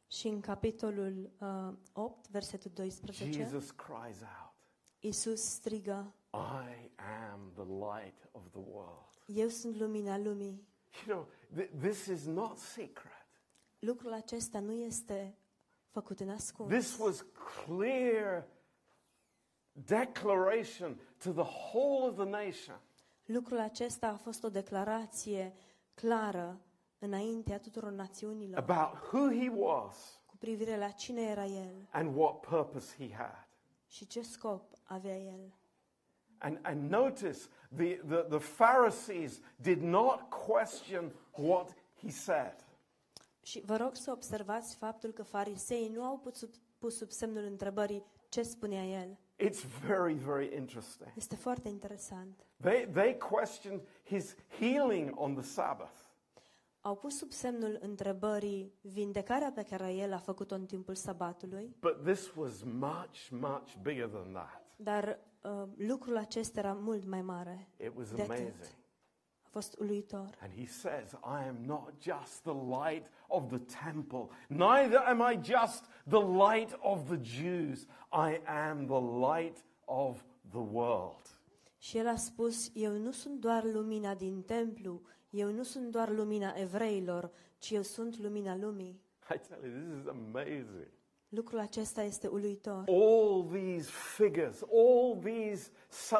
Și în capitolul uh, 8, versetul 12,
Jesus cries out,
Iisus strigă,
I am the light of the world.
Eu sunt lumina lumii.
You know, th- this is not secret.
Lucrul acesta nu este făcut în ascuns.
This was clear declaration to the whole of the nation.
Lucrul acesta a fost o declarație clară înaintea tuturor națiunilor
about who he was
cu privire la cine era el
and what purpose he had.
și ce scop avea el.
And, and notice the, the, the Pharisees did not question what he said.
Și vă rog să observați faptul că fariseii nu au pus sub, pus sub semnul întrebării ce spunea el.
It's very, very interesting.
Este foarte interesant.
They, they questioned his healing on the Sabbath.
Au pus sub semnul întrebării vindecarea pe care el a făcut-o în timpul sabatului,
But this was much, much bigger than that.
dar uh, lucrul acesta era mult mai mare.
It was
de atât.
amazing.
A fost uluitor.
And he says, I am not just the light of the temple, neither am I just the light of the Jews. I am the light of the world.
Și el a spus, eu nu sunt doar lumina din templu, eu nu sunt doar lumina evreilor, ci eu sunt lumina lumii.
I tell you, this is amazing.
Lucrul acesta este uluitor.
All these figures, all these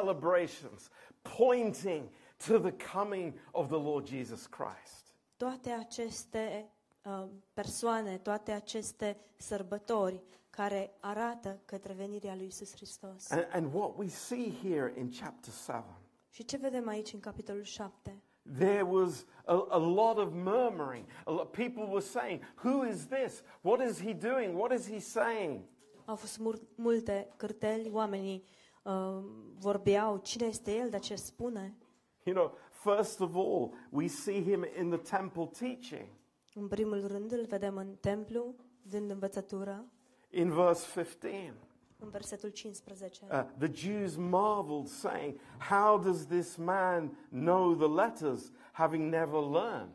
celebrations pointing to the coming of the Lord Jesus Christ.
Toate aceste uh, persoane, toate aceste sărbători care arată către venirea lui Isus Hristos.
And, and what we see here in chapter 7
Și ce vedem aici în capitolul 7?
There was a, a lot of murmuring. A lot, people were saying, Who is this? What is he doing? What is he saying?
Au fost mur- multe cârteli, oamenii uh, vorbeau, cine este el, dar ce spune?
You know, first of all, we see him in the temple teaching.
În primul rând îl vedem în templu, dând învățătură,
In verse 15,
în versetul 15.
uh, the Jews marveled, saying, How does this man know the letters, having never learned?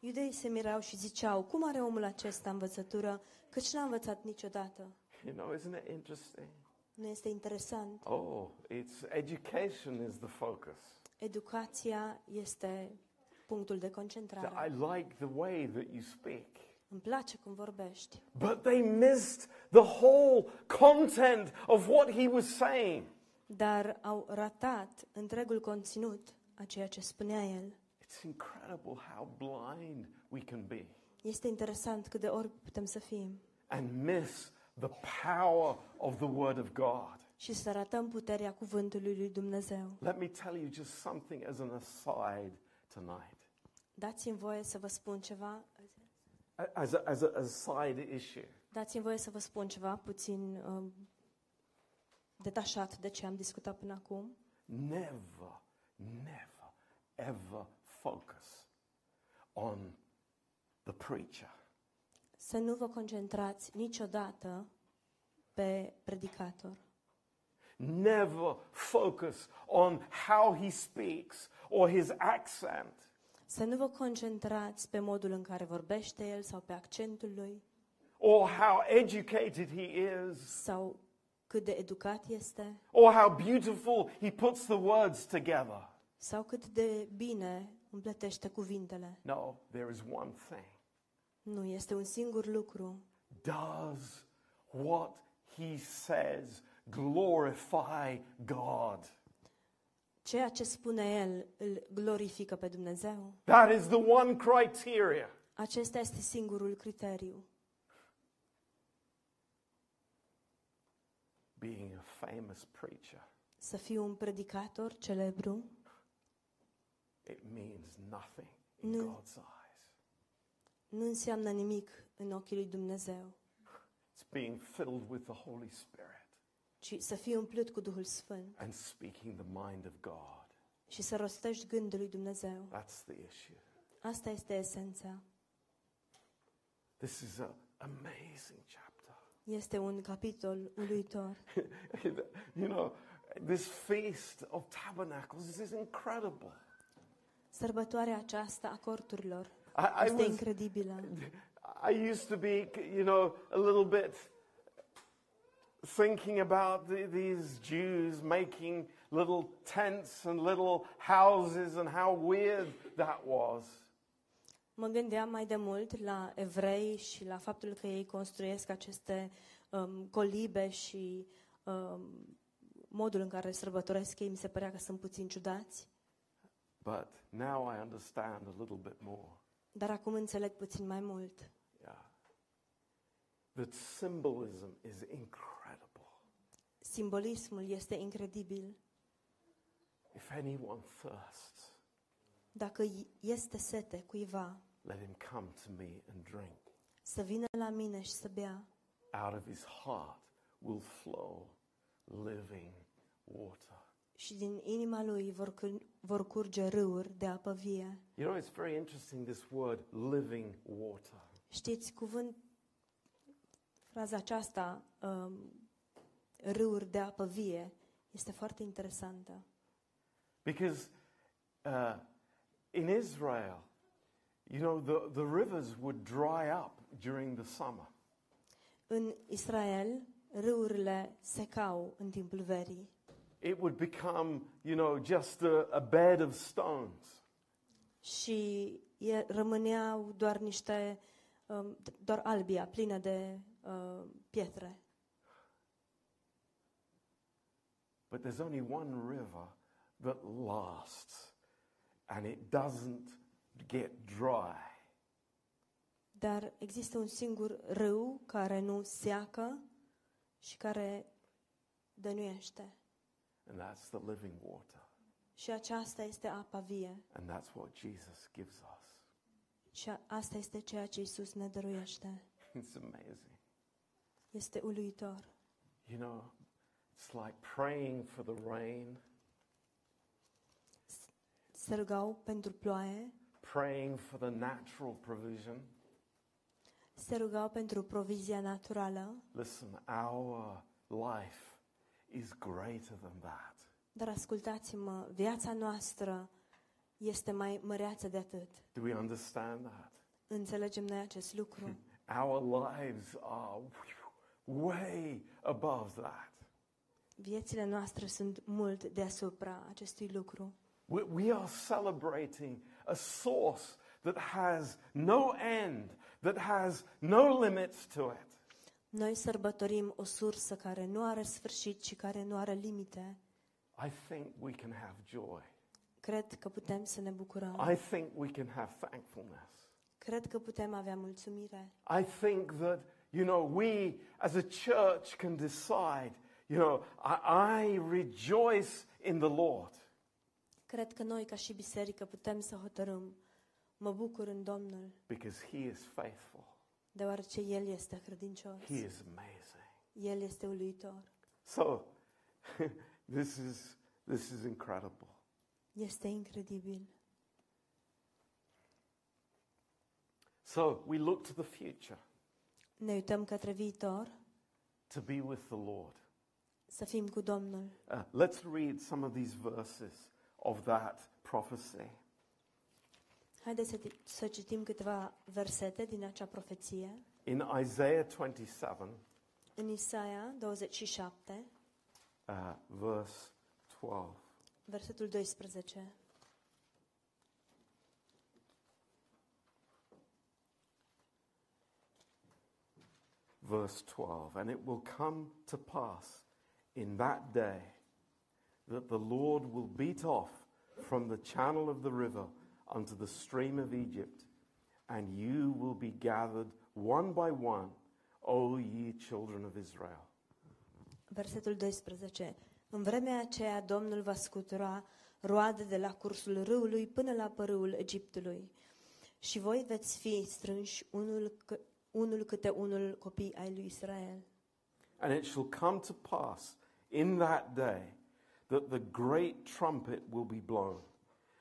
Iudeii se mirau și ziceau, cum are omul acesta învățătură, căci n-a învățat niciodată.
You know, isn't it interesting?
Nu este interesant.
Oh, it's education is the focus.
Educația este punctul de concentrare.
I like the way that you speak.
Îmi place cum vorbești.
But they missed the whole content of what he was saying.
Dar au ratat întregul conținut a ceea ce spunea el.
It's incredible how blind we can be
Este interesant cât de ori putem să fim
and miss the power of the Word of God.
și să ratăm puterea cuvântului lui Dumnezeu.
Let me tell you just something as an aside tonight.
Dați-mi voie să vă spun ceva.
A- As a, as a, as a side issue.
Dați-mi voie să vă spun ceva puțin um, detașat de ce am discutat până acum.
Never, never, ever focus on the preacher.
Să nu vă concentrați niciodată pe predicator.
Never focus on how he speaks or his accent.
Să nu vă concentrați pe modul în care vorbește el sau pe accentul lui
or how educated he is,
sau cât de educat este
or how beautiful he puts the words together.
sau cât de bine împletește cuvintele.
No, there is one thing.
Nu, este un singur lucru.
Does what he says glorify God?
Ceea ce spune el îl glorifică pe Dumnezeu.
That is the one criteria.
Acesta este singurul criteriu.
Being a famous preacher,
Să fii un predicator celebru
it means nothing in
No.
God's eyes.
nu înseamnă nimic în ochii lui Dumnezeu.
It's It's being filled with the Holy Spirit
ci să fii umplut cu Duhul Sfânt
and speaking the mind of God.
și să rostești gândul lui Dumnezeu.
That's the issue.
Asta este esența.
This is an amazing chapter.
Este un capitol uluitor.
you know, this feast of tabernacles is incredible.
Sărbătoarea aceasta a corturilor
I, I
este
was,
incredibilă.
I used to be, you know, a little bit thinking about the, these Jews making little tents and little houses and how weird that was.
Mă gândeam mai de mult la evrei și la faptul că ei construiesc aceste um, colibe și um, modul în care sărbătoresc ei mi se părea că sunt puțin ciudați,
But now I understand a little bit more.
dar acum înțeleg puțin mai mult.
Yeah. That symbolism is incredible.
Simbolismul este incredibil.
If anyone thirsts,
Dacă i- este sete cuiva,
let him come to me and drink.
să vină la mine și să bea.
Out of his heart will flow living water.
Și din inima lui vor, cur- vor curge râuri de apă vie.
You know, it's very interesting this word living water.
Știți, cuvânt, fraza aceasta, um, râuri de apă vie, este foarte interesantă.
Because uh, in Israel, you know, the, the rivers would dry up during the summer.
În Israel, râurile secau în timpul verii.
It would become, you know, just a, a bed of stones.
Și e, rămâneau doar niște, um, d- doar albia plină de uh, pietre.
But there's only one river that lasts, and it doesn't get dry.
Dar există un singur râu care nu seacă și care dănuiește.
And that's the living water.
Și aceasta este apa vie.
And that's what Jesus gives us.
Și a- asta este ceea ce Isus ne dăruiește.
It's amazing.
Este uluitor.
You know, it's like praying for the rain,
Se rugau pentru ploaie,
praying for the natural provision.
se rugau pentru provizia naturală,
Listen, our life is greater than that.
dar ascultați-mă, viața noastră este mai măreață de atât.
Do we understand that?
Înțelegem noi acest lucru.
Our lives are way above that.
Viețile noastre sunt mult deasupra acestui lucru.
We, we are celebrating a source that has no end, that has no limits to it.
Noi sărbătorim o sursă care nu are sfârșit și care nu are limite.
I think we can have joy.
Cred că putem să ne bucurăm.
I think we can have thankfulness.
Cred că putem avea mulțumire.
I think that, you know, we as a church can decide, you know, I, I rejoice in the Lord.
Cred că noi, ca și biserică, putem să hotărâm. Mă bucur în Domnul,
Because he is faithful.
deoarece El este credincios.
He is amazing.
El este uluitor.
So, this is, this is incredible.
Este incredibil.
So, we look to the future.
Ne uităm către viitor
to be with the Lord.
să fim cu Domnul.
Uh, let's read some of these verses of that prophecy.
Haideți să, ti- să citim câteva versete din acea profeție.
In Isaiah 27,
În Isaia 27,
uh, verse 12,
versetul 12.
verse 12, and it will come to pass in that day that the Lord will beat off from the channel of the river unto the stream of Egypt, and you will be gathered one by one, O ye children of Israel.
Versetul 12. În vremea aceea Domnul va scutura roade de la cursul râului până la părâul Egiptului. Și voi veți fi strânși unul, c- unul câte unul copii ai lui Israel.
And it shall come to pass in that day that the great trumpet will be blown,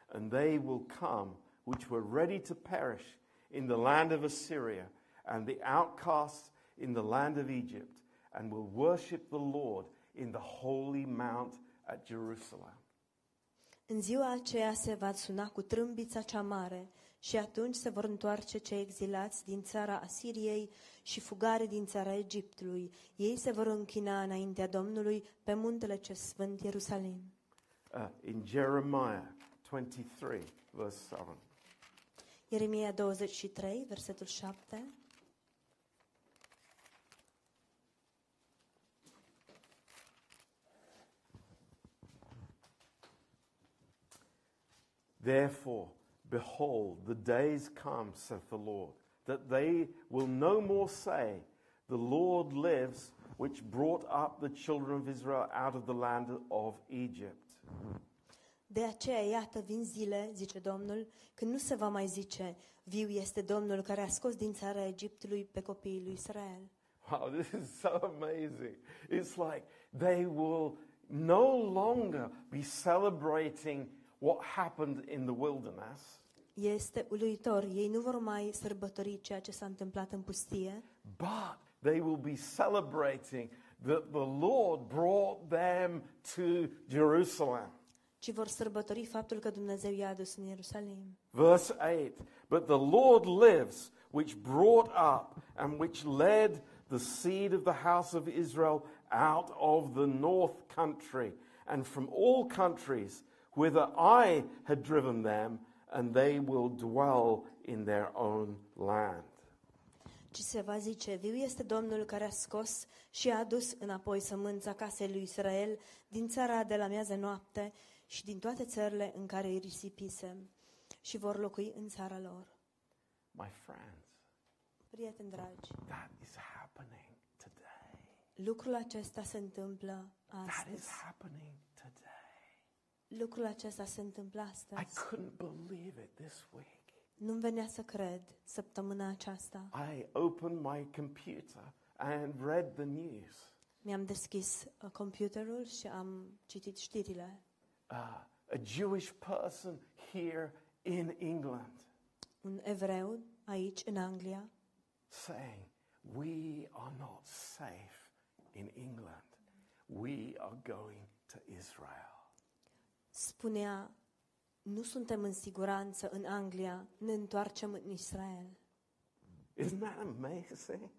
and they will come which were ready to perish in the land of Assyria, and the outcasts in the land of Egypt, and will worship the Lord in the holy mount at Jerusalem.
În ziua aceea se va suna cu trâmbița cea mare și atunci se vor întoarce cei exilați din țara Asiriei și fugare din țara Egiptului. Ei se vor închina înaintea Domnului pe muntele ce sfânt Ierusalim.
Uh, in Jeremiah 23, verse 7.
Ieremia 23, versetul 7.
Therefore, behold, the days come, saith the Lord, that they will no more say, The Lord lives, which brought up the children of Israel out of the land of Egypt.
De aceea, iată, vin zile, zice Domnul, când nu se va mai zice, viu este Domnul care a scos din țara Egiptului pe copiii lui Israel.
Wow, this is so amazing. It's like they will no longer be celebrating what happened in the wilderness,
Este uluitor, ei nu vor mai sărbători ceea ce s-a întâmplat în pustie,
but they will be celebrating that the Lord brought them to Jerusalem.
ci vor sărbători faptul că Dumnezeu i-a adus în Ierusalim.
Verse 8 But the Lord lives, which brought up and which led the seed of the house of Israel out of the north country and from all countries whither I had driven them, and they will dwell in their own land.
Ci se va zice, viu este Domnul care a scos și a adus înapoi sămânța casei lui Israel din țara de la miază noapte și din toate țările în care îi risipisem și vor locui în țara lor.
My friends,
Prieteni dragi,
that is happening today.
lucrul acesta se întâmplă
That is
astăzi.
happening today.
Lucrul acesta se întâmplă astăzi.
I couldn't believe it this week.
Nu-mi venea să cred săptămâna aceasta.
I opened my computer and read the news.
Mi-am deschis uh, computerul și am citit știrile.
Uh, a Jewish person here in England
Un evreu aici, în Anglia,
saying, We are not safe in England. We are going to Israel.
spunea, nu suntem în siguranță în Anglia, ne întoarcem în Israel.
Isn't that amazing?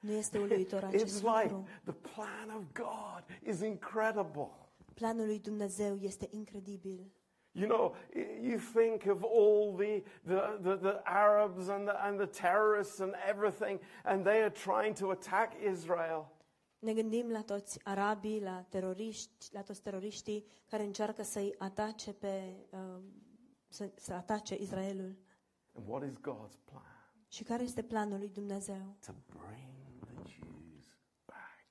Nu este uluitor acest
It's like
lucru.
the plan of God is incredible.
Planul lui Dumnezeu este incredibil.
You know, y- you think of all the, the, the, the Arabs and the, and the terrorists and everything, and they are trying to attack Israel.
Ne gândim la toți arabii, la teroriști, la toți teroriștii care încearcă să-i atace pe, uh, să, să atace Israelul.
And what is God's plan?
Și care este planul lui Dumnezeu?
To bring the Jews back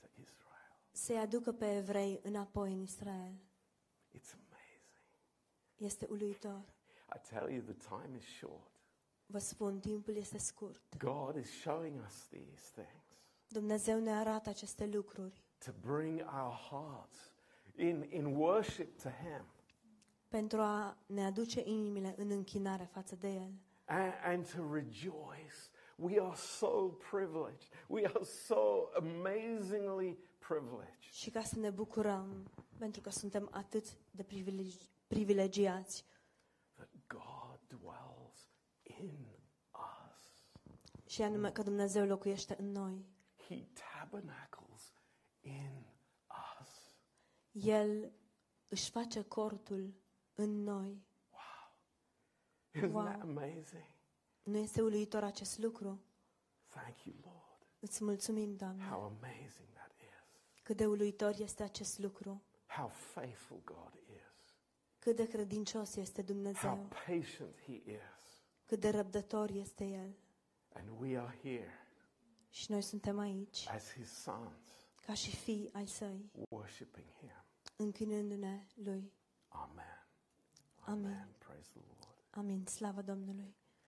to Israel.
Să-i aducă pe evrei înapoi în Israel.
It's amazing.
Este uluitor.
I tell you, the time is short.
Vă spun, timpul este scurt.
God is showing us these things
Dumnezeu ne arată aceste lucruri
to bring our hearts in, in worship to Him
pentru a ne aduce inimile în închinare față de El
and, and to rejoice. We are so privileged. We are so amazingly privileged.
și ca să ne bucurăm pentru că suntem atât de privilegi- privilegiați
that God dwells in us.
și anume că Dumnezeu locuiește în noi.
He tabernacles in us.
El își face cortul în noi.
Isn't
Wow.
that amazing?
Nu este uluitor acest lucru?
Thank you, Lord.
Îți mulțumim, Doamne,
How amazing that is.
cât de uluitor este acest lucru,
How faithful God is.
cât de credincios este
How
Dumnezeu,
patient He is.
cât de răbdător este El.
And we are here
Și noi suntem aici,
as His sons,
ca și fii ai Săi,
worshiping Him.
închinându-ne Lui.
Amen.
Amen.
Praise the Lord.
Amin. Slavă Domnului.